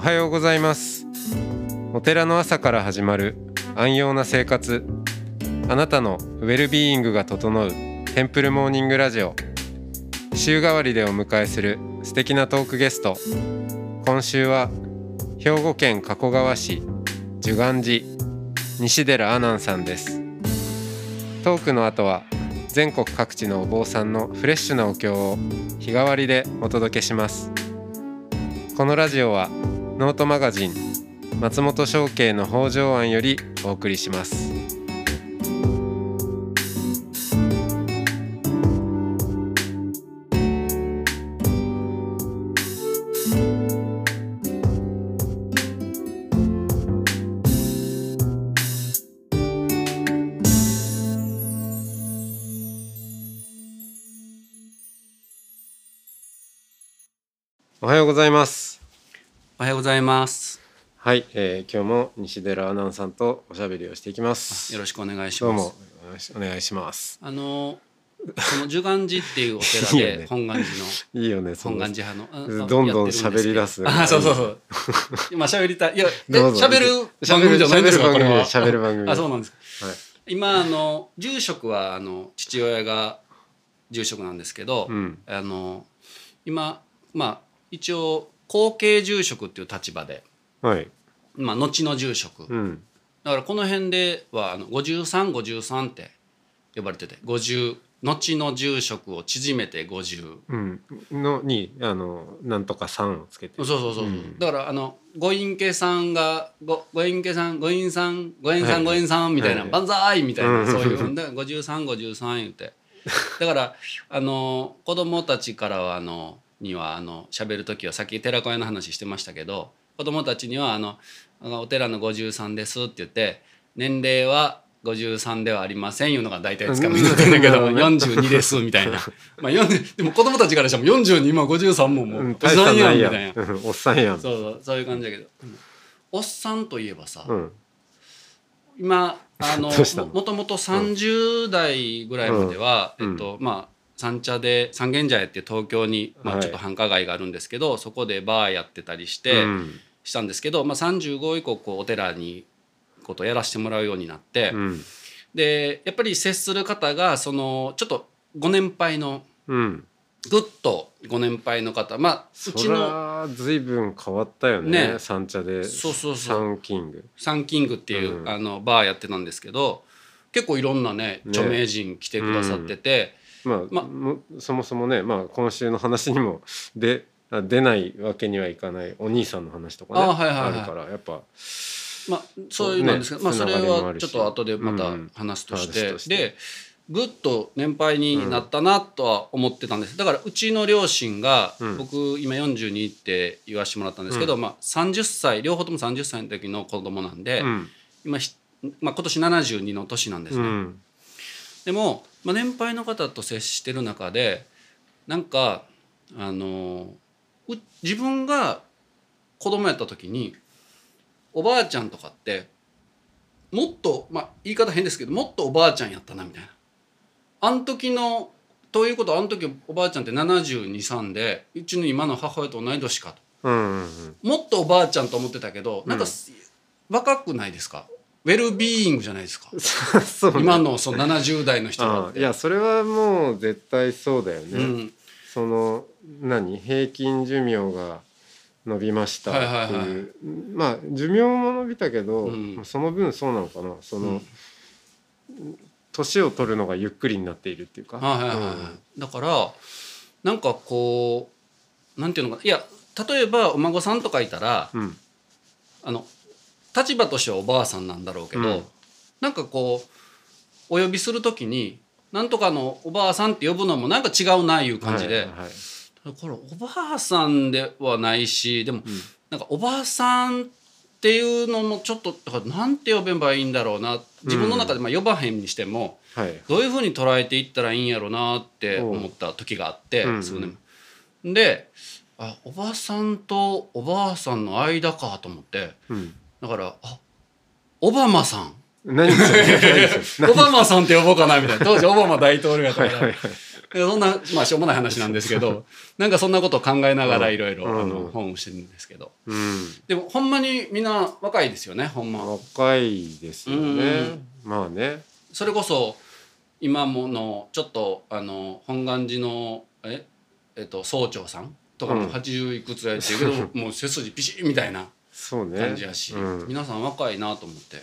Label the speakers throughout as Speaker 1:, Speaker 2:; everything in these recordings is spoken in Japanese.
Speaker 1: はようございますお寺の朝から始まる安養な生活あなたのウェルビーイングが整うテンプルモーニングラジオ週替わりでお迎えする素敵なトークゲスト今週は兵庫県加古川市寿願寺西寺阿南さんですトークの後は全国各地のお坊さんのフレッシュなお経を日替わりでお届けしますこのラジオはノートマガジン松本商家の北条庵よりお送りしますおはようございます
Speaker 2: おはようございます。
Speaker 1: はい、えー今日も西寺アナウンさんとおしゃべりをしていきます
Speaker 2: よろ
Speaker 1: し
Speaker 2: しくお願いし
Speaker 1: どう
Speaker 2: ま
Speaker 1: も
Speaker 2: す。
Speaker 1: お願いしお願いします
Speaker 2: あの、その寿願寺っていうお 寺
Speaker 1: いいよね
Speaker 2: で、本願寺の。
Speaker 1: いいよねそ
Speaker 2: 本
Speaker 1: の
Speaker 2: 願寺派の。あ
Speaker 1: どん
Speaker 2: や
Speaker 1: どん
Speaker 2: ってる
Speaker 1: 喋り出す
Speaker 2: ですけどあ、そうそうそう。今喋りたい。いや、え
Speaker 1: どうぞ
Speaker 2: 喋る番組じゃないんですか、
Speaker 1: 喋
Speaker 2: こ
Speaker 1: る
Speaker 2: れは。
Speaker 1: 喋る番組
Speaker 2: あ、そうなんです。
Speaker 1: はい
Speaker 2: 今、あの、住職は、あの、父親が。住職なんですけど
Speaker 1: う、ん
Speaker 2: あの、今、まあ、一応、後継住職っていう立場で。
Speaker 1: はい
Speaker 2: まあ、後の住職。
Speaker 1: うん
Speaker 2: だからこの辺ではあの5353って呼ばれてて50後の住職を縮めて50
Speaker 1: うんのにあのなんとか3をつけて
Speaker 2: そうそうそうそう、
Speaker 1: うん
Speaker 2: だからあのご隠家さんがごご隠家さんご隠さんご隠さ
Speaker 1: はい
Speaker 2: んご隠さんみたいな
Speaker 1: はい
Speaker 2: 万歳みたい
Speaker 1: う
Speaker 2: な、
Speaker 1: ん
Speaker 2: そういうだから5353言う てだからあの子供たちからはあのにはあの喋る時はさっき寺子屋の話してましたけど子供たちにはあの「あのお寺の53です」って言って年齢は53ではありませんいうのが大体つかみになってるんだけど
Speaker 1: うん
Speaker 2: 42ですみたいな まあ40でも子供たちからしても42今53もも
Speaker 1: う
Speaker 2: うんおじ
Speaker 1: 大し
Speaker 2: さ
Speaker 1: た
Speaker 2: んや
Speaker 1: なんい
Speaker 2: み
Speaker 1: や。
Speaker 2: たいなん
Speaker 1: うんおっさんやん
Speaker 2: そうそうそういう感じだけど、おっさんといえばさ、
Speaker 1: うん
Speaker 2: 今あの
Speaker 1: どうした
Speaker 2: も
Speaker 1: の
Speaker 2: もともと30代ぐらいまでは、
Speaker 1: うん
Speaker 2: えっとまあ三茶で三軒茶屋って東京に、ま
Speaker 1: は
Speaker 2: あ、
Speaker 1: い
Speaker 2: ちょっと繁華街があるんですけど、そこでバーやってたりして、
Speaker 1: うん
Speaker 2: したんですけど、まあ、35以降こうお寺にことやらせてもらうようになって、
Speaker 1: うん
Speaker 2: でやっぱり接する方がそのちょっとご年配の
Speaker 1: うん
Speaker 2: ぐっとご年配の方まあう
Speaker 1: そ
Speaker 2: ち
Speaker 1: り
Speaker 2: の
Speaker 1: ゃ随分変わったよね
Speaker 2: ね
Speaker 1: 三茶で
Speaker 2: そうそうそう
Speaker 1: サンキング
Speaker 2: サンキングっていう、
Speaker 1: うん
Speaker 2: あのバーやってたんですけど結構いろんなね
Speaker 1: ね
Speaker 2: 著名人来てくださってて、
Speaker 1: まあ
Speaker 2: ま
Speaker 1: もそもそもねまあ今週の話にも であ出ないわけにはいかないお兄さんの話とかね
Speaker 2: あはいはいはい
Speaker 1: るからやっぱ
Speaker 2: まあそういうのなんですけど、
Speaker 1: ね
Speaker 2: まあ、それ
Speaker 1: つながりもあ
Speaker 2: は
Speaker 1: るし
Speaker 2: ちょっと後でま
Speaker 1: う
Speaker 2: た
Speaker 1: ん
Speaker 2: 話として,、
Speaker 1: 話として
Speaker 2: でぐっと年配になったなとは思ってたんですだからうちの両親が、
Speaker 1: うん
Speaker 2: 僕今42って言わせてもらったんですけど、まあ、30歳両方とも30歳の時の子供なんで、
Speaker 1: うん
Speaker 2: 今ひ、まあ、今年72の年なんです
Speaker 1: う
Speaker 2: ね。
Speaker 1: ん
Speaker 2: でも、まあ、年配の方と接してる中でなんかあのう自分が子供やった時におばあちゃんとかってもっと、まあ、言い方変ですけどもっとおばあちゃんやったなみたいな。あん時のということはあの時おばあちゃんって723でうちの今の母親と同い年かと
Speaker 1: うんうん
Speaker 2: もっとおばあちゃんと思ってたけどなんか、
Speaker 1: うん
Speaker 2: 若くないですかウェルビーイングじゃないですか
Speaker 1: うんそうね
Speaker 2: 今のその70代の人だっ
Speaker 1: あ
Speaker 2: て。
Speaker 1: いやそれはもう絶対そうだよ
Speaker 2: う
Speaker 1: ね、
Speaker 2: ん、
Speaker 1: その何平均寿命が伸びましたっていう、
Speaker 2: はいはいはい
Speaker 1: まあ寿命も伸びたけど、
Speaker 2: うん
Speaker 1: その分そうなのかなその、年を取るのがゆっくりになっているっていうか、
Speaker 2: はいはいはいはいだからなんかこうなんていうのかないや例えばお孫さんとかいたら
Speaker 1: うんうん
Speaker 2: あの立場としてはおばあさんなんだろうけど、
Speaker 1: うん
Speaker 2: なんかこうお呼びする時に「なんとかのおばあさん」って呼ぶのもなんか違うないう感じ
Speaker 1: は
Speaker 2: で、
Speaker 1: いはい
Speaker 2: これおばあさんではないしでも、
Speaker 1: うん
Speaker 2: なんかおばあさんっていうのもちょっとだからなんて呼べばいいんだろうな自分の中でまあ呼ばへんにしても。
Speaker 1: はい
Speaker 2: どういうふうに捉えていったらいいんやろうなって思った時があって、
Speaker 1: うん
Speaker 2: 数年前であおばさんとおばあさんの間かと思って
Speaker 1: うん、
Speaker 2: だからあオバ マさん
Speaker 1: 何それ何それ
Speaker 2: オバマさんって呼ぼうかなみたいな当時オバマ大統領やった
Speaker 1: は
Speaker 2: か
Speaker 1: い
Speaker 2: ら、
Speaker 1: はいはい
Speaker 2: いやそんな、まあ、しょうもない話なんです けど、なんかそんなことを考えながらいろいろ、
Speaker 1: うん
Speaker 2: あ
Speaker 1: う
Speaker 2: の、
Speaker 1: ん
Speaker 2: 本をしてるんですけど。
Speaker 1: うん
Speaker 2: でも、ほんまにみんな若いですよね、ほんま。
Speaker 1: 若いですよねまあね
Speaker 2: それこそ、今もの、ちょっと、あの、本願寺の、え、えっと、総長さんとか
Speaker 1: うん
Speaker 2: も80いくつらやってるけど、 もう背筋ピシッみたいな
Speaker 1: そうね
Speaker 2: 感じやし、
Speaker 1: うん
Speaker 2: 皆さん若いなと思って。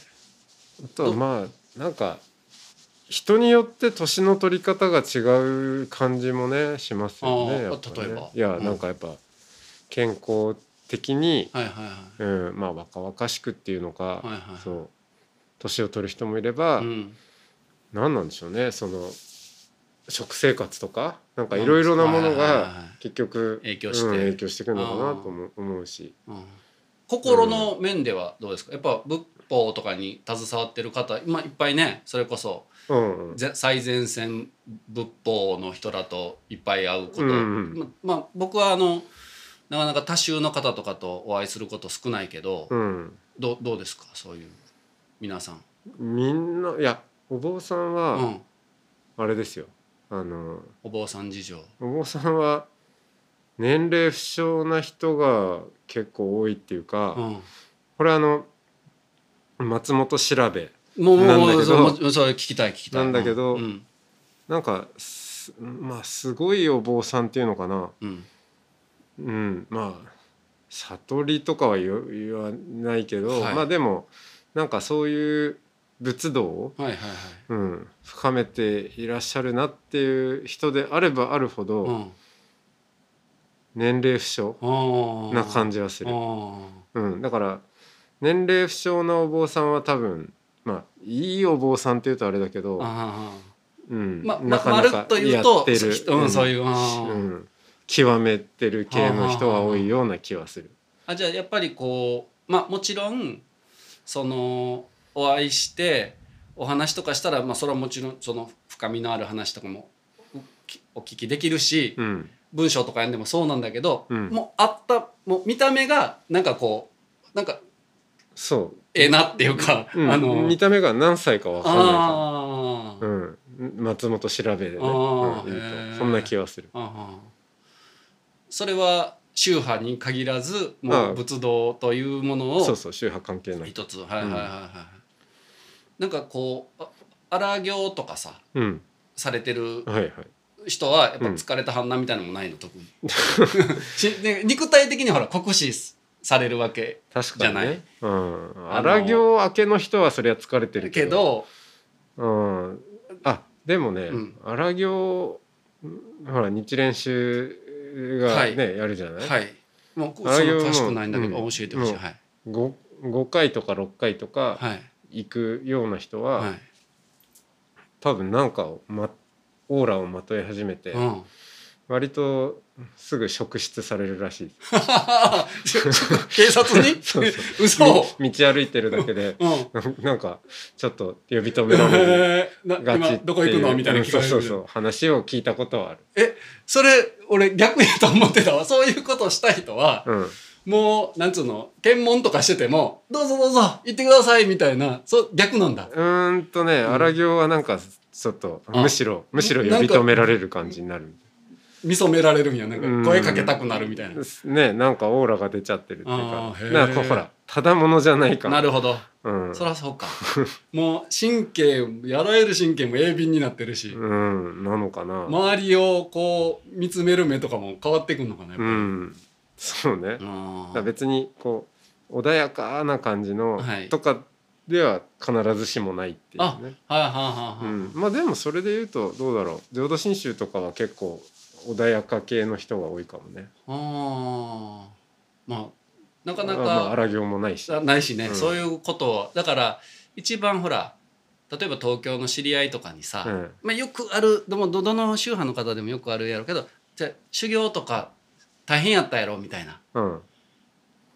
Speaker 1: あとはまあなんか人によって年の取り方が違う感じもねしますよ
Speaker 2: あ
Speaker 1: ね
Speaker 2: ー
Speaker 1: やっぱね
Speaker 2: 例えば
Speaker 1: いや
Speaker 2: うん
Speaker 1: なんかやっぱ健康的に、
Speaker 2: はいはいはい。
Speaker 1: うん、まあ若々しくっていうのか、
Speaker 2: はいはい。
Speaker 1: そう年を取る人もいれば、
Speaker 2: うん
Speaker 1: 何なんでしょうねその食生活とかなんかいろいろなもの
Speaker 2: はいはいはい
Speaker 1: が結局
Speaker 2: 影響して
Speaker 1: うん影響してくるのかなとも思うし
Speaker 2: うん心の面ではどうですかやっぱ仏法とかに携わってる方、まあ、いっぱいねそれこそ
Speaker 1: うんうん
Speaker 2: ぜ最前線仏法の人らといっぱい会うこと、
Speaker 1: うんうん
Speaker 2: ままあ僕はあのなかなか多宗の方とかとお会いすること少ないけど、
Speaker 1: うん
Speaker 2: どうどうですかそういう皆さん。
Speaker 1: みんないやお坊さん
Speaker 2: う
Speaker 1: は
Speaker 2: ん、
Speaker 1: あれですよあの
Speaker 2: お坊さん事情。
Speaker 1: お坊さんは年齢不詳な人が結構多いっていうか、
Speaker 2: うん
Speaker 1: これあの松本調べ
Speaker 2: もう
Speaker 1: なん
Speaker 2: も
Speaker 1: だけど
Speaker 2: うそうもうそれ聞きたい聞きたい
Speaker 1: なんだけど
Speaker 2: うん
Speaker 1: なんかすまあすごいお坊さんっていうのかな
Speaker 2: うん
Speaker 1: うんまあ悟りとかは言わ言わないけど、
Speaker 2: はい
Speaker 1: まあでもなんかそういう仏道を、
Speaker 2: はいはいはい、
Speaker 1: うん、深めていらっしゃるなっていう人であればあるほど、
Speaker 2: うん
Speaker 1: 年齢不詳
Speaker 2: あー、
Speaker 1: な感じはする
Speaker 2: あ。ー
Speaker 1: うん、だから年齢不詳なお坊さんは多分まあいいお坊さんっていうとあれだけど、
Speaker 2: あー
Speaker 1: うん
Speaker 2: ま、ま
Speaker 1: なかな
Speaker 2: ま
Speaker 1: か
Speaker 2: るっと言
Speaker 1: や
Speaker 2: うと
Speaker 1: ってる、
Speaker 2: うんそういうあー
Speaker 1: うん、極めてる系の人は多いような気はする。
Speaker 2: あじゃあやっぱりこうまあもちろんそのお会いしてお話とかしたら、まあ、それはもちろんその深みのある話とかもおきお聞きできるし、
Speaker 1: うん、
Speaker 2: 文章とか読んでもそうなんだけど、
Speaker 1: うん
Speaker 2: もうあったもう見た目がなんかこうなんか
Speaker 1: そう
Speaker 2: ええなっていうか、
Speaker 1: うん
Speaker 2: あの
Speaker 1: 見た目が何歳かわかんないか
Speaker 2: あー
Speaker 1: ら、うん、松本調べでね、
Speaker 2: あー
Speaker 1: うん言うと
Speaker 2: へー
Speaker 1: そんな気はする。
Speaker 2: ああそれは宗派に限らずも
Speaker 1: ああ
Speaker 2: う仏道というものを
Speaker 1: そうそう宗派関係ない。
Speaker 2: 一つはいはいはいはい、なんかこうあ荒行とかさ
Speaker 1: うん、
Speaker 2: されてる
Speaker 1: はいはい。
Speaker 2: 人はやっぱ
Speaker 1: うん
Speaker 2: 疲れた反乱みたいなのもないの特 にしで肉体的にほら酷使されるわけ
Speaker 1: 確かに
Speaker 2: じゃな
Speaker 1: ね
Speaker 2: い。
Speaker 1: うん、
Speaker 2: あの
Speaker 1: 荒行明けの人はそれは疲れてる
Speaker 2: けど
Speaker 1: うん、あでもね
Speaker 2: うん
Speaker 1: 荒、行んほら日蓮宗がね、やるじゃない、
Speaker 2: はいもうそん
Speaker 1: 荒
Speaker 2: な
Speaker 1: 行も
Speaker 2: 詳しくないんだけど、
Speaker 1: うん
Speaker 2: 教えてほしい、
Speaker 1: もう
Speaker 2: はい
Speaker 1: 五五 5, 回とか6回とか
Speaker 2: はい
Speaker 1: 行くような人は、
Speaker 2: はい、
Speaker 1: 多分なんかを、ま、オーラをまとい始めて、
Speaker 2: うん
Speaker 1: 割とすぐ職質されるらしいです
Speaker 2: 警察に
Speaker 1: そう
Speaker 2: 嘘
Speaker 1: み道歩いてるだけで
Speaker 2: うん
Speaker 1: なんかちょっと呼び止められる。
Speaker 2: えー な
Speaker 1: ガチ
Speaker 2: 今どこ行くのみたいな
Speaker 1: 聞かれる
Speaker 2: れる
Speaker 1: そうそうそう話を聞いたことは
Speaker 2: それ俺逆やと思ってたわそういうことをした人は
Speaker 1: ある、うん、
Speaker 2: もうなんつうの検問とかしてても「どうぞどうぞ行ってください」みたいなそう逆なんだ
Speaker 1: うーんとね
Speaker 2: ん
Speaker 1: 荒行はなんかちょっと
Speaker 2: あ
Speaker 1: むしろむしろ
Speaker 2: な
Speaker 1: 呼び
Speaker 2: んか
Speaker 1: 止められる感じになる
Speaker 2: 見初められるんやなん
Speaker 1: うん
Speaker 2: か声かけたくなるみたいな
Speaker 1: ねなんかオーラが出ちゃってるっていう
Speaker 2: あ
Speaker 1: か
Speaker 2: ーへー
Speaker 1: なんかこうほらただものじゃないから
Speaker 2: なるほど
Speaker 1: うん
Speaker 2: そりゃそうかもう神経やられる神経も鋭敏になってるし
Speaker 1: うんなのかな
Speaker 2: 周りをこう見つめる目とかも変わってくんのかなやっ
Speaker 1: う
Speaker 2: ぱ
Speaker 1: んそうねだか
Speaker 2: あ
Speaker 1: ら
Speaker 2: ー
Speaker 1: 別にこう穏やかな感じの
Speaker 2: はい
Speaker 1: とかでは必ずしもないっていうね
Speaker 2: はいはいは
Speaker 1: う
Speaker 2: いはい
Speaker 1: んまあでもそれで言うとどうだろう浄土真宗とかは結構穏やか系の人が多いかもね
Speaker 2: あーまあなかな
Speaker 1: まあまあ
Speaker 2: か
Speaker 1: 荒行もないし
Speaker 2: あないしね、
Speaker 1: うん
Speaker 2: そういうことをだから一番ほら例えば東京の知り合いとかにさ、
Speaker 1: うん
Speaker 2: まあ、よくあるでもどどの宗派の方でもよくあるやろうけどじゃあ修行とか大変やったやろみたいな
Speaker 1: うん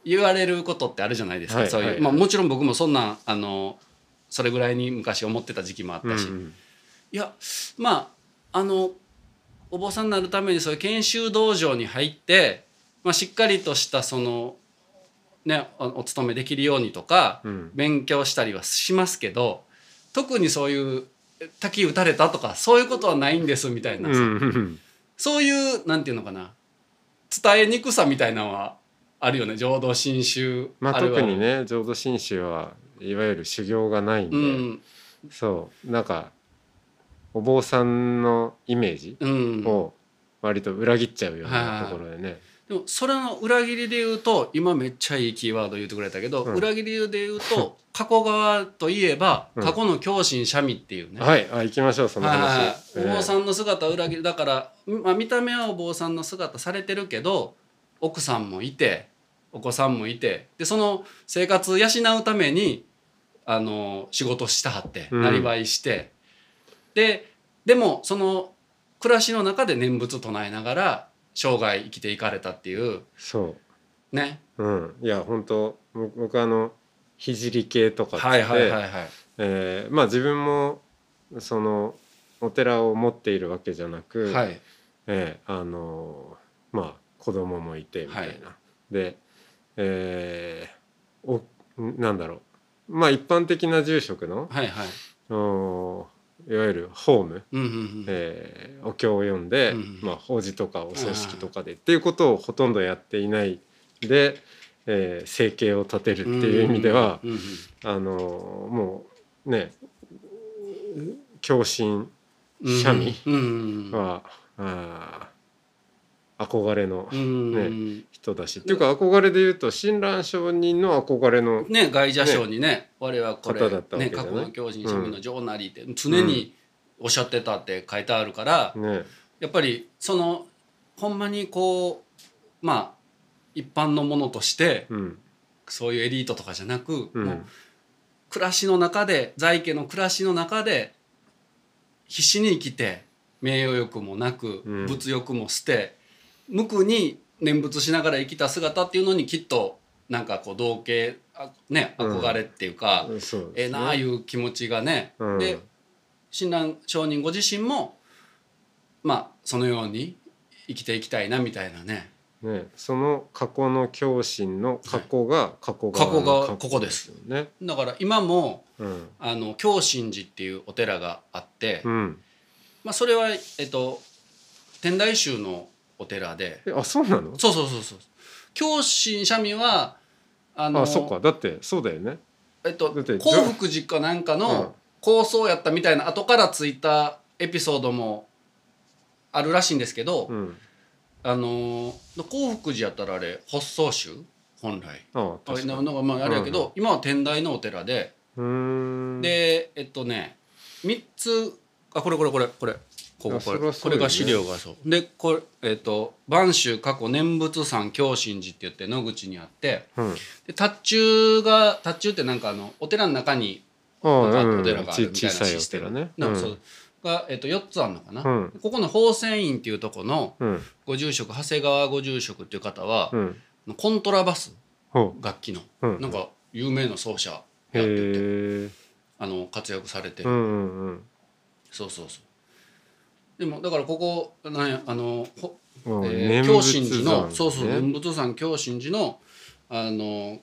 Speaker 2: 言われることってあるじゃないですか、
Speaker 1: はい
Speaker 2: そういう、
Speaker 1: はい
Speaker 2: まあ、もちろん僕もそんなあのそれぐらいに昔思ってた時期もあっ
Speaker 1: うんう
Speaker 2: たし、
Speaker 1: ん
Speaker 2: いやまああのお坊さんになるためにそういう研修道場に入って、まあ、しっかりとしたそのねおお勤めできるようにとか、
Speaker 1: うん
Speaker 2: 勉強したりはしますけど特にそういう滝打たれたとかそういうことはないんですみたいなさ、
Speaker 1: うんうん
Speaker 2: そういうなんていうのかな伝えにくさみたいなのはあるよね浄土真宗
Speaker 1: まあ
Speaker 2: る
Speaker 1: 特
Speaker 2: る
Speaker 1: にね浄土真宗はいわゆる修行がないん
Speaker 2: う
Speaker 1: で、
Speaker 2: ん
Speaker 1: そうなんかお坊さんのイメージ
Speaker 2: うん
Speaker 1: を割と裏切っちゃうよう
Speaker 2: はい
Speaker 1: な
Speaker 2: はい
Speaker 1: ところでね、
Speaker 2: でもそれの裏切りで言うと今めっちゃいいキーワード言ってくれたけど、
Speaker 1: うん
Speaker 2: 裏切りで言うと過去側といえば
Speaker 1: うん
Speaker 2: 過去の教心三味っていうね、
Speaker 1: はいあ行きましょうその話、
Speaker 2: はいお坊さんの姿を裏切るだから、まあ、見た目はお坊さんの姿されてるけど奥さんもいてお子さんもいてでその生活を養うためにあの仕事したはって
Speaker 1: うん
Speaker 2: なりわいして、ででもその暮らしの中で念仏唱えながら生涯生きていかれたっていう
Speaker 1: そう
Speaker 2: ね
Speaker 1: うん、いや本当僕僕あのひじり系とかっつって、
Speaker 2: いはい
Speaker 1: えーまあ自分もそのお寺を持っているわけじゃなく、
Speaker 2: はい
Speaker 1: えーあのーまあ子供もいてみたいな、で、えーおなんだろうまあ一般的な住職の
Speaker 2: はいはい
Speaker 1: おいわゆるホーム、
Speaker 2: うんうんうん
Speaker 1: えーお経を読んで、
Speaker 2: うん
Speaker 1: まあ、法事とかお葬式とかでっていうことをほとんどやっていないで、えー生計を立てるっていう意味では、
Speaker 2: うんうん
Speaker 1: あのーもうね共振
Speaker 2: うんうん
Speaker 1: 三味
Speaker 2: うんうんうん
Speaker 1: は、あー憧れの
Speaker 2: うんうんうん
Speaker 1: 人だし、っていうか憧れで言うと親鸞上人の憧れの
Speaker 2: ね、外者賞にね我はこれ、
Speaker 1: 方だったわ
Speaker 2: ね、
Speaker 1: けじゃ
Speaker 2: 過
Speaker 1: ない
Speaker 2: 去の教人庶民の情なりって常におっしゃってたって書いてあるから、
Speaker 1: ね
Speaker 2: やっぱりそのほんまにこうまあ一般のものとして
Speaker 1: うん
Speaker 2: そういうエリートとかじゃなく、
Speaker 1: う
Speaker 2: もうん暮らしの中で在家の暮らしの中で必死に生きて名誉欲もなく、
Speaker 1: うん
Speaker 2: 物欲も捨て無垢に念仏しながら生きた姿っていうのにきっとなんかこう同型あね
Speaker 1: うん
Speaker 2: 憧れっていうか、
Speaker 1: そうで
Speaker 2: ええ
Speaker 1: すね
Speaker 2: なあいう気持ちがね、
Speaker 1: うん
Speaker 2: で親鸞上人ご自身もまあそのように生きていきたいなみたいなね
Speaker 1: ね、その過去の共振の過去が過去
Speaker 2: 過去
Speaker 1: 側の
Speaker 2: がここです
Speaker 1: よね。
Speaker 2: だから今も
Speaker 1: うん
Speaker 2: あの京真寺っていうお寺があって、
Speaker 1: うん、
Speaker 2: まあ、それは、えっと、天台宗のお寺で
Speaker 1: えあそうなの
Speaker 2: そうそうそうそう京真三味はあの
Speaker 1: あそっかだってそうだよね。
Speaker 2: えっと
Speaker 1: だって
Speaker 2: 幸福寺かなんか
Speaker 1: うん
Speaker 2: の構想やったみたいな後からついたエピソードもあるらしいんですけど、
Speaker 1: うん、
Speaker 2: あのー興福寺やったらあれ発想宗本来
Speaker 1: あ
Speaker 2: あれ
Speaker 1: 確か
Speaker 2: な
Speaker 1: に。
Speaker 2: なんかまああれやけど、
Speaker 1: うんう
Speaker 2: 今は天台のお寺で、
Speaker 1: うーん
Speaker 2: でえっとね3つあこれこれこれこれここ
Speaker 1: あ
Speaker 2: こ
Speaker 1: そ
Speaker 2: れ
Speaker 1: りゃ
Speaker 2: こ
Speaker 1: そうよね
Speaker 2: れが資料がそうでこれえっと「播州過去念仏山京真寺」って言って野口にあって
Speaker 1: うん、
Speaker 2: で達中が達中ってなんかあのお寺の中に
Speaker 1: あ
Speaker 2: なんか
Speaker 1: うん
Speaker 2: お寺がある
Speaker 1: ち
Speaker 2: みたい
Speaker 1: 小さ
Speaker 2: な
Speaker 1: い
Speaker 2: シ
Speaker 1: お
Speaker 2: ステ
Speaker 1: 寺
Speaker 2: ム、
Speaker 1: ね。
Speaker 2: なん
Speaker 1: う
Speaker 2: かそうんが、えっと、4つあるのかな、
Speaker 1: うん
Speaker 2: ここの宝泉院っていうとこの
Speaker 1: うん
Speaker 2: ご住職長谷川ご住職っていう方は、
Speaker 1: うん
Speaker 2: コントラバス
Speaker 1: ほ
Speaker 2: 楽器の、
Speaker 1: ううん
Speaker 2: なんか有名な奏者や
Speaker 1: へ
Speaker 2: ってて
Speaker 1: え
Speaker 2: あの活躍されて、
Speaker 1: うんうんうん
Speaker 2: そうそうそうでもだからここなんやあの、ほ
Speaker 1: もう
Speaker 2: えー
Speaker 1: 念
Speaker 2: 京
Speaker 1: 仏
Speaker 2: 神
Speaker 1: 山
Speaker 2: 寺のそうそう
Speaker 1: ね
Speaker 2: 念仏山京神寺のあの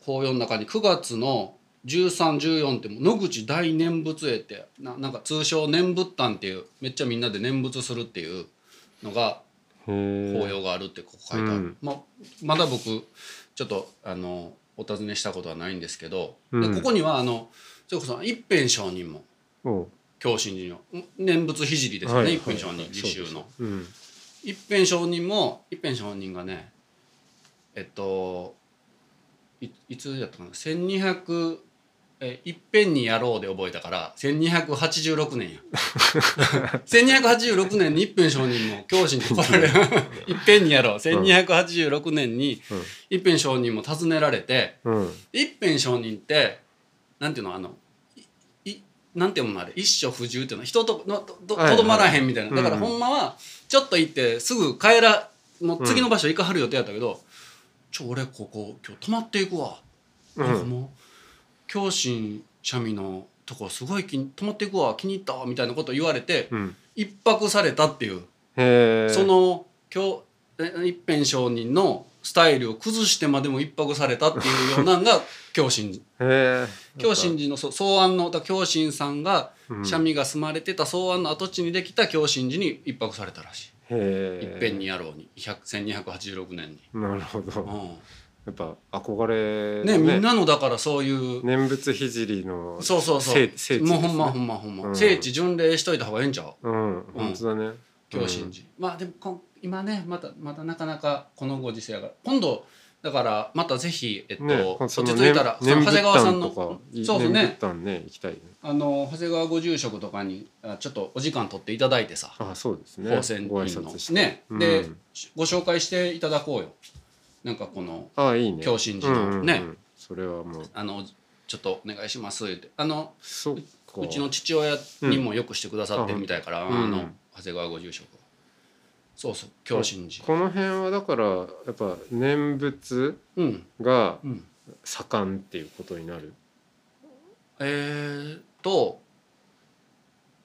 Speaker 2: 法要の中に9月の1314ってもう野口大念仏会ってななんか通称念仏譚っていうめっちゃみんなで念仏するっていうのが
Speaker 1: へー
Speaker 2: 法要があるってここ書いてある、
Speaker 1: うん
Speaker 2: ままだ僕ちょっとあのお尋ねしたことはないんですけど、
Speaker 1: うん
Speaker 2: でここにはあのそれこそ一辺上人も
Speaker 1: おう
Speaker 2: 京神寺のん念仏聖ですよね、
Speaker 1: はいはい
Speaker 2: 一辺上
Speaker 1: は
Speaker 2: 人
Speaker 1: い
Speaker 2: 自習の、
Speaker 1: そうです
Speaker 2: 一辺上人も一辺上人がねえっといいつやったかな1200えいっぺんにやろうで覚えたから1286年や1286年に一辺上人も教師に来られい っぺんにやろう1286年に
Speaker 1: うん
Speaker 2: 一辺上人も訪ねられて
Speaker 1: うんうん
Speaker 2: 一辺上人ってなんていうのあのいいなんていうのあれ一所不自由っていうのは人とのとと
Speaker 1: はいはい
Speaker 2: とどまらへんみたいな、だから
Speaker 1: うんうん
Speaker 2: ほんまはちょっと行ってすぐ帰らもう次の場所行かはる予定やったけど、ちょ俺ここ今日泊まっていくわ、
Speaker 1: うん
Speaker 2: なんかもう京神三味のとこすごい気に泊まっていくわ気に入ったわみたいなこと言われて
Speaker 1: うん
Speaker 2: 一泊されたっていう、
Speaker 1: へえ
Speaker 2: その京え一辺上人のスタイルを崩してまでも一泊されたっていうようなんが京神寺
Speaker 1: へえ
Speaker 2: 京神寺のそう草庵のだ京神さんが
Speaker 1: うん
Speaker 2: 三味が住まれてた草庵の跡地にできた京神寺に一泊されたらしい、
Speaker 1: へ
Speaker 2: い
Speaker 1: え
Speaker 2: っぺんにやろうに100 1286年に、
Speaker 1: なるほ
Speaker 2: う
Speaker 1: ど
Speaker 2: ん
Speaker 1: やっぱ憧れ
Speaker 2: ね
Speaker 1: の
Speaker 2: みんなのだからそういう、
Speaker 1: 念仏ひじりの
Speaker 2: そうそうそう
Speaker 1: 聖聖地ですね
Speaker 2: もうほんまほんまほんま、
Speaker 1: うん
Speaker 2: 聖地巡礼しといた方がええんちゃう
Speaker 1: うん本当だね
Speaker 2: 京神寺、まあでもこん今ねまたまたなかなかこのご時世やから今度だからまたぜひ、えっと
Speaker 1: ね
Speaker 2: 落
Speaker 1: そ
Speaker 2: ち
Speaker 1: の
Speaker 2: 着いたらその
Speaker 1: 念
Speaker 2: 長谷川さんの
Speaker 1: 念仏
Speaker 2: そ
Speaker 1: 壇とか念
Speaker 2: うそうね
Speaker 1: 仏壇ね行きたいね
Speaker 2: あの長谷川ご住職とかにあちょっとお時間取っていただいてさ
Speaker 1: あそうですね
Speaker 2: 宝泉
Speaker 1: ご挨
Speaker 2: 院の
Speaker 1: 拶して
Speaker 2: ね
Speaker 1: うん
Speaker 2: で、しご紹介していただこうよなんかこの
Speaker 1: あいいね
Speaker 2: 京神寺の
Speaker 1: うんうんうん
Speaker 2: ね
Speaker 1: それはもう
Speaker 2: あのちょっとお願いしますってあの
Speaker 1: そっか
Speaker 2: うちの父親にもよくしてくださってるみたいから、
Speaker 1: うん
Speaker 2: あの
Speaker 1: うん
Speaker 2: 長谷川ご住職そうそう京神寺
Speaker 1: この辺はだからやっぱ念仏
Speaker 2: うん
Speaker 1: が
Speaker 2: うん
Speaker 1: 盛んっていうことになる
Speaker 2: えー、と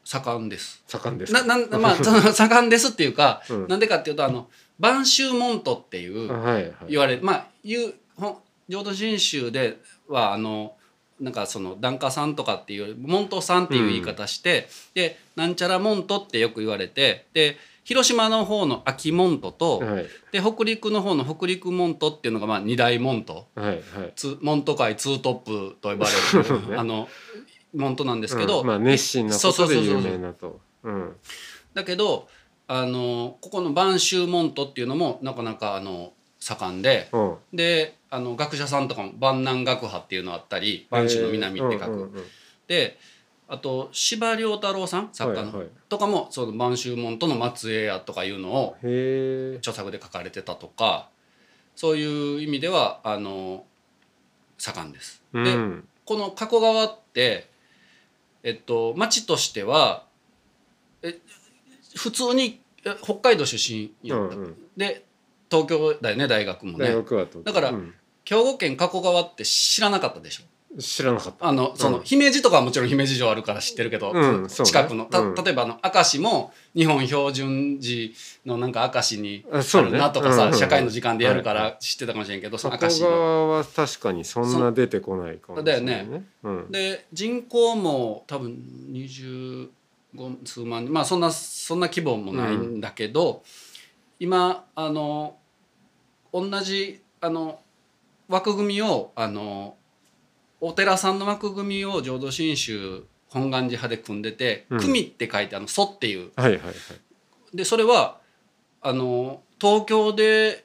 Speaker 2: 盛んです。
Speaker 1: 盛んです
Speaker 2: な
Speaker 1: か
Speaker 2: なんまあその盛んですっていうか、
Speaker 1: うん
Speaker 2: なんでかっていうとあの播州門徒っていう
Speaker 1: あはいはい
Speaker 2: 言われまあいうほん浄土真宗ではあのなんかその檀家さんとかっていう門徒さんっていう言い方して、でなんちゃら門徒ってよく言われてで広島の方の秋門徒と、
Speaker 1: はい
Speaker 2: で北陸の方の北陸門徒っていうのがまあ二大門徒。
Speaker 1: はいはい
Speaker 2: ツモント界ツートップと呼ばれる、
Speaker 1: ね
Speaker 2: あのモントなんですけ
Speaker 1: う
Speaker 2: ど、
Speaker 1: んまあ熱心なことで
Speaker 2: そうそうそ
Speaker 1: 有
Speaker 2: うそう
Speaker 1: 名なとうん
Speaker 2: だけどあのここの播州モントっていうのもなかなかあの盛んで
Speaker 1: うん
Speaker 2: であの学者さんとかも万南学派っていうのあったり播州の南って書く、
Speaker 1: えーうんうんうん
Speaker 2: であと司馬遼太郎さん作家の、
Speaker 1: はいはい
Speaker 2: とかもその播州モントの末裔やとかいうのを
Speaker 1: へえ
Speaker 2: 著作で書かれてたとかそういう意味ではあの盛んです。
Speaker 1: う
Speaker 2: で
Speaker 1: ん
Speaker 2: この加古川って、えっと、町としてはえ普通にえ北海道出身
Speaker 1: う
Speaker 2: や
Speaker 1: ん
Speaker 2: った、
Speaker 1: うん
Speaker 2: で東京だよね大学も
Speaker 1: 大
Speaker 2: ね
Speaker 1: 学はと
Speaker 2: だから
Speaker 1: うん
Speaker 2: 兵庫県加古川って知らなかったでしょ
Speaker 1: 知らなかった
Speaker 2: あのその、
Speaker 1: うん
Speaker 2: 姫路とかはもちろん姫路城あるから知ってるけど、
Speaker 1: うんそうね
Speaker 2: 近くの、た
Speaker 1: うん
Speaker 2: 例えばあの明石も日本標準時のなんか明石に
Speaker 1: あ
Speaker 2: あ
Speaker 1: そう
Speaker 2: る
Speaker 1: ね
Speaker 2: なとかさ、
Speaker 1: うんうん
Speaker 2: 社会の時間でやるか
Speaker 1: は
Speaker 2: ら知ってたかもしれんけど、その
Speaker 1: 加古
Speaker 2: 明石の
Speaker 1: 川は確かにそんな出てこないかもしれない
Speaker 2: だよ
Speaker 1: ね。うん
Speaker 2: で人口も多分25数万人まあそんなそんな規模もないんだけど、今あの同じあの枠組みをあのお寺さんの枠組みを浄土真宗本願寺派で組んでて「
Speaker 1: うん
Speaker 2: 組」って書いてあの「祖」っていう
Speaker 1: はいはいはい。
Speaker 2: でそれはあの東京で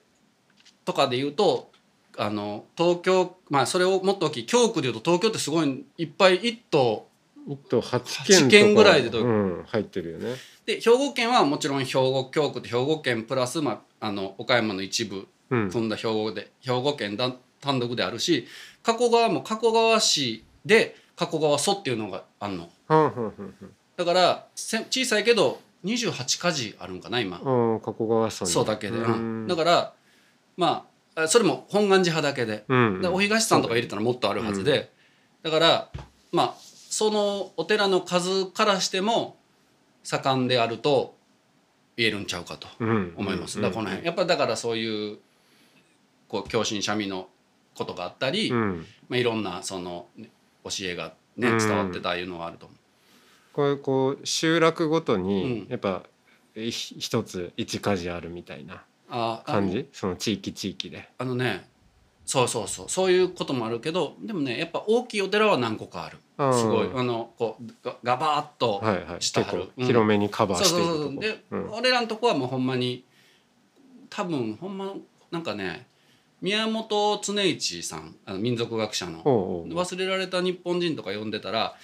Speaker 2: とかで言うとあの東京まあそれをもっと大きい京区で言うと東京ってすごいいっぱい一棟
Speaker 1: 一と八件とか
Speaker 2: 八軒ぐらいでどう
Speaker 1: うん入ってるよね。
Speaker 2: で兵庫県はもちろん兵庫京区って兵庫県プラス、まあ、あの岡山の一部
Speaker 1: うん。
Speaker 2: 組んだ兵庫で、兵庫県だ単独であるし加古川も加古川市で加古川蘇っていうのがあんの
Speaker 1: はんはんはん
Speaker 2: だからせ小さいけど28家事あるんかな今
Speaker 1: はん。うん加古川さん。
Speaker 2: そうだけで、うん
Speaker 1: うん。
Speaker 2: だからまああそれも本願寺派だけで,、
Speaker 1: うん
Speaker 2: でお東さんとか入れたらもっとあるはずで、だからまあそのお寺の数からしても盛んであると言えるんちゃうかと
Speaker 1: うん
Speaker 2: 思いま
Speaker 1: う
Speaker 2: す、
Speaker 1: ん
Speaker 2: だからこの辺やっぱだからそういうこう教心三味のことがあったり、
Speaker 1: うん。
Speaker 2: まあ、いろんなその、ね教えが、ね、
Speaker 1: うん
Speaker 2: 伝わってたいうのはあると思
Speaker 1: こういうこう集落ごとに
Speaker 2: うん
Speaker 1: やっぱひ一つ一家事あるみたいな
Speaker 2: う。ああの
Speaker 1: 感じ。その地域地域で。
Speaker 2: あのねそうそうそうそういうこともあるけどでもねやっぱ大きいお寺は何個かある
Speaker 1: あー
Speaker 2: すごいあのこうガガバーっと、
Speaker 1: はいはい。
Speaker 2: 下
Speaker 1: 結
Speaker 2: 張る
Speaker 1: 構
Speaker 2: うん
Speaker 1: 広めにカバー
Speaker 2: そう
Speaker 1: して
Speaker 2: そ
Speaker 1: いうく
Speaker 2: そう
Speaker 1: と
Speaker 2: そう
Speaker 1: こ
Speaker 2: で、
Speaker 1: うん。
Speaker 2: 俺らのとこはもうほんまに多分ほんまなんかね宮本常一さんあの民族学者の
Speaker 1: おうおう。
Speaker 2: 忘れられた日本人とか呼んでたら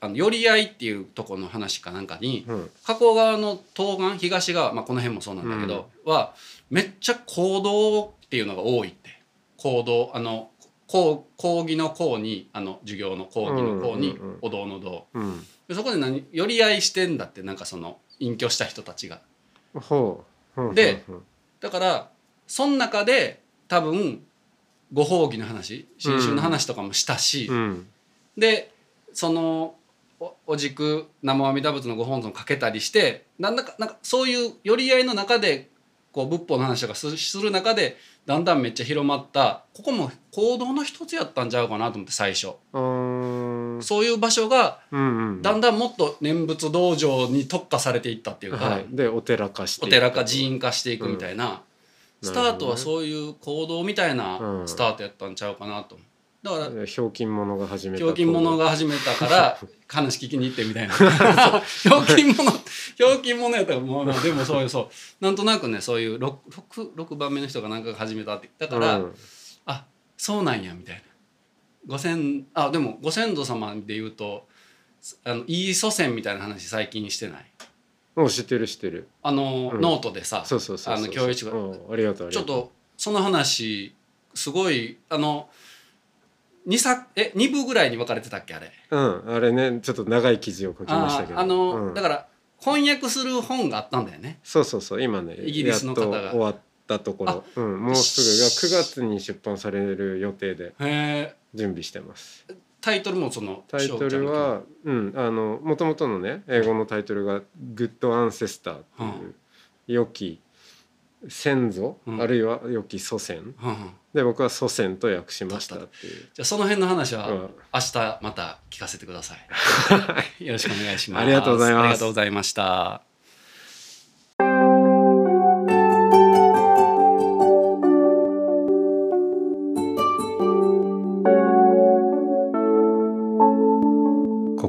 Speaker 2: あの寄り合いっていうとこの話かなんかに
Speaker 1: うん。
Speaker 2: 加古川の東岸東側、まあ、この辺もそうなんだけど、はめっちゃ行動っていうのが多いって行動あの講講義の講にあの授業の講義の講
Speaker 1: う
Speaker 2: に、
Speaker 1: んうんうん
Speaker 2: お堂の堂
Speaker 1: うん。
Speaker 2: でそこで何寄り合いしてんだってなんかその隠居した人たちが
Speaker 1: ほううん。
Speaker 2: で
Speaker 1: うん、
Speaker 2: だからその中で多分ご褒義の話新春の話とかもしたし、
Speaker 1: うん。
Speaker 2: でそのおお軸南無阿弥陀仏のご本尊かけたりしてなんだかなんかそういう寄り合いの中でこう仏法の話とかすする中でだんだんめっちゃ広まったここも行動の一つやったんちゃうかなと思って最初
Speaker 1: うーん
Speaker 2: そういう場所が
Speaker 1: うんうん
Speaker 2: だんだんもっと念仏道場に特化されていったっていうか、
Speaker 1: はい、でお寺化して
Speaker 2: お
Speaker 1: いった
Speaker 2: 寺か寺院化していくみたいな、
Speaker 1: うん
Speaker 2: スタートはそういう行動みたいな
Speaker 1: うん
Speaker 2: スタートやったんちゃうかなとだから
Speaker 1: ひょうきん者が始めた
Speaker 2: ひょうきん者が始め たから話聞きに行ってみたいなひょうきん者ひょうきん者やったらもう でもそういうそうなんとなくねそういう 6, 6番目の人が何かが始めたってだから、
Speaker 1: うん
Speaker 2: あそうなんやみたいなご先あでもご先祖様で言うとあのいい祖先みたいな話最近してない
Speaker 1: もう知ってる知ってる
Speaker 2: あの、
Speaker 1: うん
Speaker 2: ノートでさ
Speaker 1: そうそうそうそう
Speaker 2: あの教育が
Speaker 1: うんありがとうあり
Speaker 2: ちょ
Speaker 1: がと
Speaker 2: っとその話すごいあの 2, 作え2部ぐらいに分かれてたっけあれ
Speaker 1: ううんあれねちょっと長い記事を書きましたけど
Speaker 2: ああの、
Speaker 1: うん
Speaker 2: だから翻訳する本があったんだよね
Speaker 1: そうそうそう今ね
Speaker 2: イギリスの方が
Speaker 1: やっと終わったところ、うん、もうすぐが9月に出版される予定で
Speaker 2: へえ
Speaker 1: 準備してます
Speaker 2: タイトルもその
Speaker 1: タイトルはうんあの元々のね英語のタイトルが「グッドアンセスター」っていう、良き先祖、
Speaker 2: うん
Speaker 1: あるいは良き祖先
Speaker 2: 翔ちゃんのうんうん
Speaker 1: で僕は祖先と訳しましたっていう、
Speaker 2: じゃあその辺の話は
Speaker 1: うん
Speaker 2: 明日また聞かせてくださ いよろしくお願いします
Speaker 1: ありがとうございます
Speaker 2: ありがとうございました
Speaker 1: こ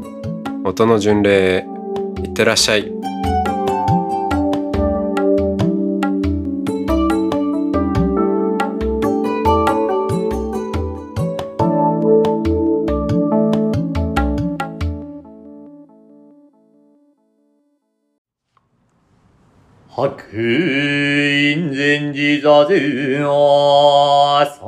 Speaker 1: 音の巡礼へいってらっしゃい
Speaker 3: 白隠禅寺座で朝。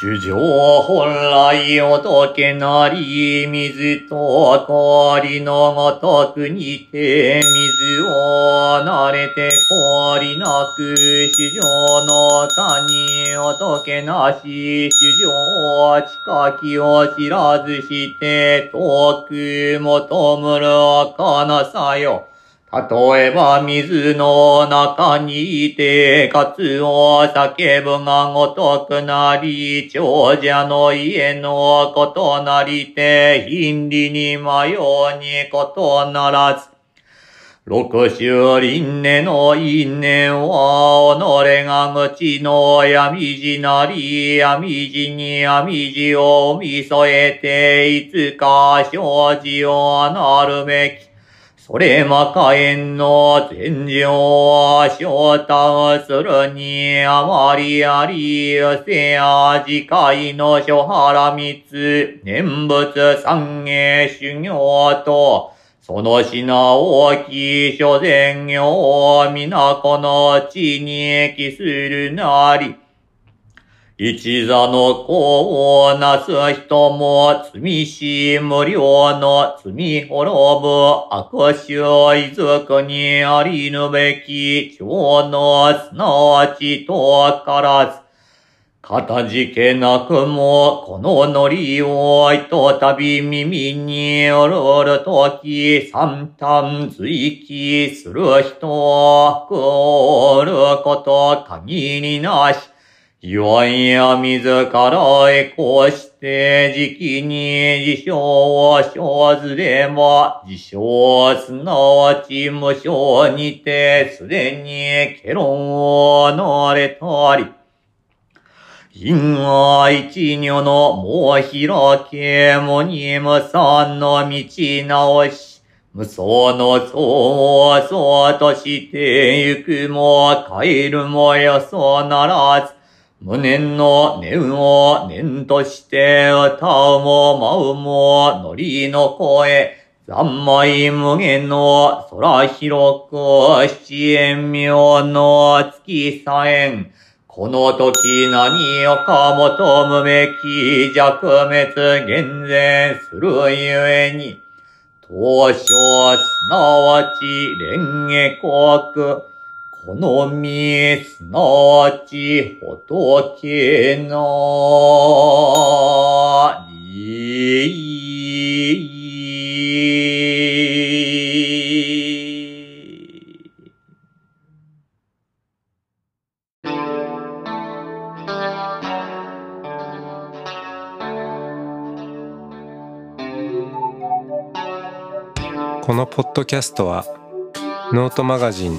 Speaker 3: 主上本来仏なり、水と氷のごとくにて、水を慣れて氷なく、主上の他に仏なし、主上近きを知らずして、遠く求むるかなさよ。例えば水の中にいて、カツを叫ぶがごとくなり、長者の家のことなりて、貧理に迷うにことならず。六州輪廻の因縁は、己が口の闇路なり、闇路に闇路を見添えて、いつか生じをなるべき。それまかえんの天井は昇誕するにあまりあり、せや次回の諸原密、念仏三芸修行と、その品大きい諸善行を皆この地に帰するなり、一座の功をなす人も、罪し無量の罪滅ぶ悪臭遺族にありぬべき、情のすなわちとからず。かたじけなくも、このノリをひとたび耳におるるとき、三端随記する人は、くおること限りなし。いわんや自らへこうして、じきに自称を生ずれば、自称すなわち無償にて、すでにケロンをなれたり。因は一如のもう開け、もに無産の道直し。無双の層をそうとして、行くも帰るもよそうならず。無念の念を念として、歌うも舞うも、ノリの声。三昧無限の空広く七円妙の月三円。この時何をかもと無めき弱滅厳然するゆえに。東証すなわち蓮華国。この身すなわち仏なり。
Speaker 1: このポッドキャストはノートマガジン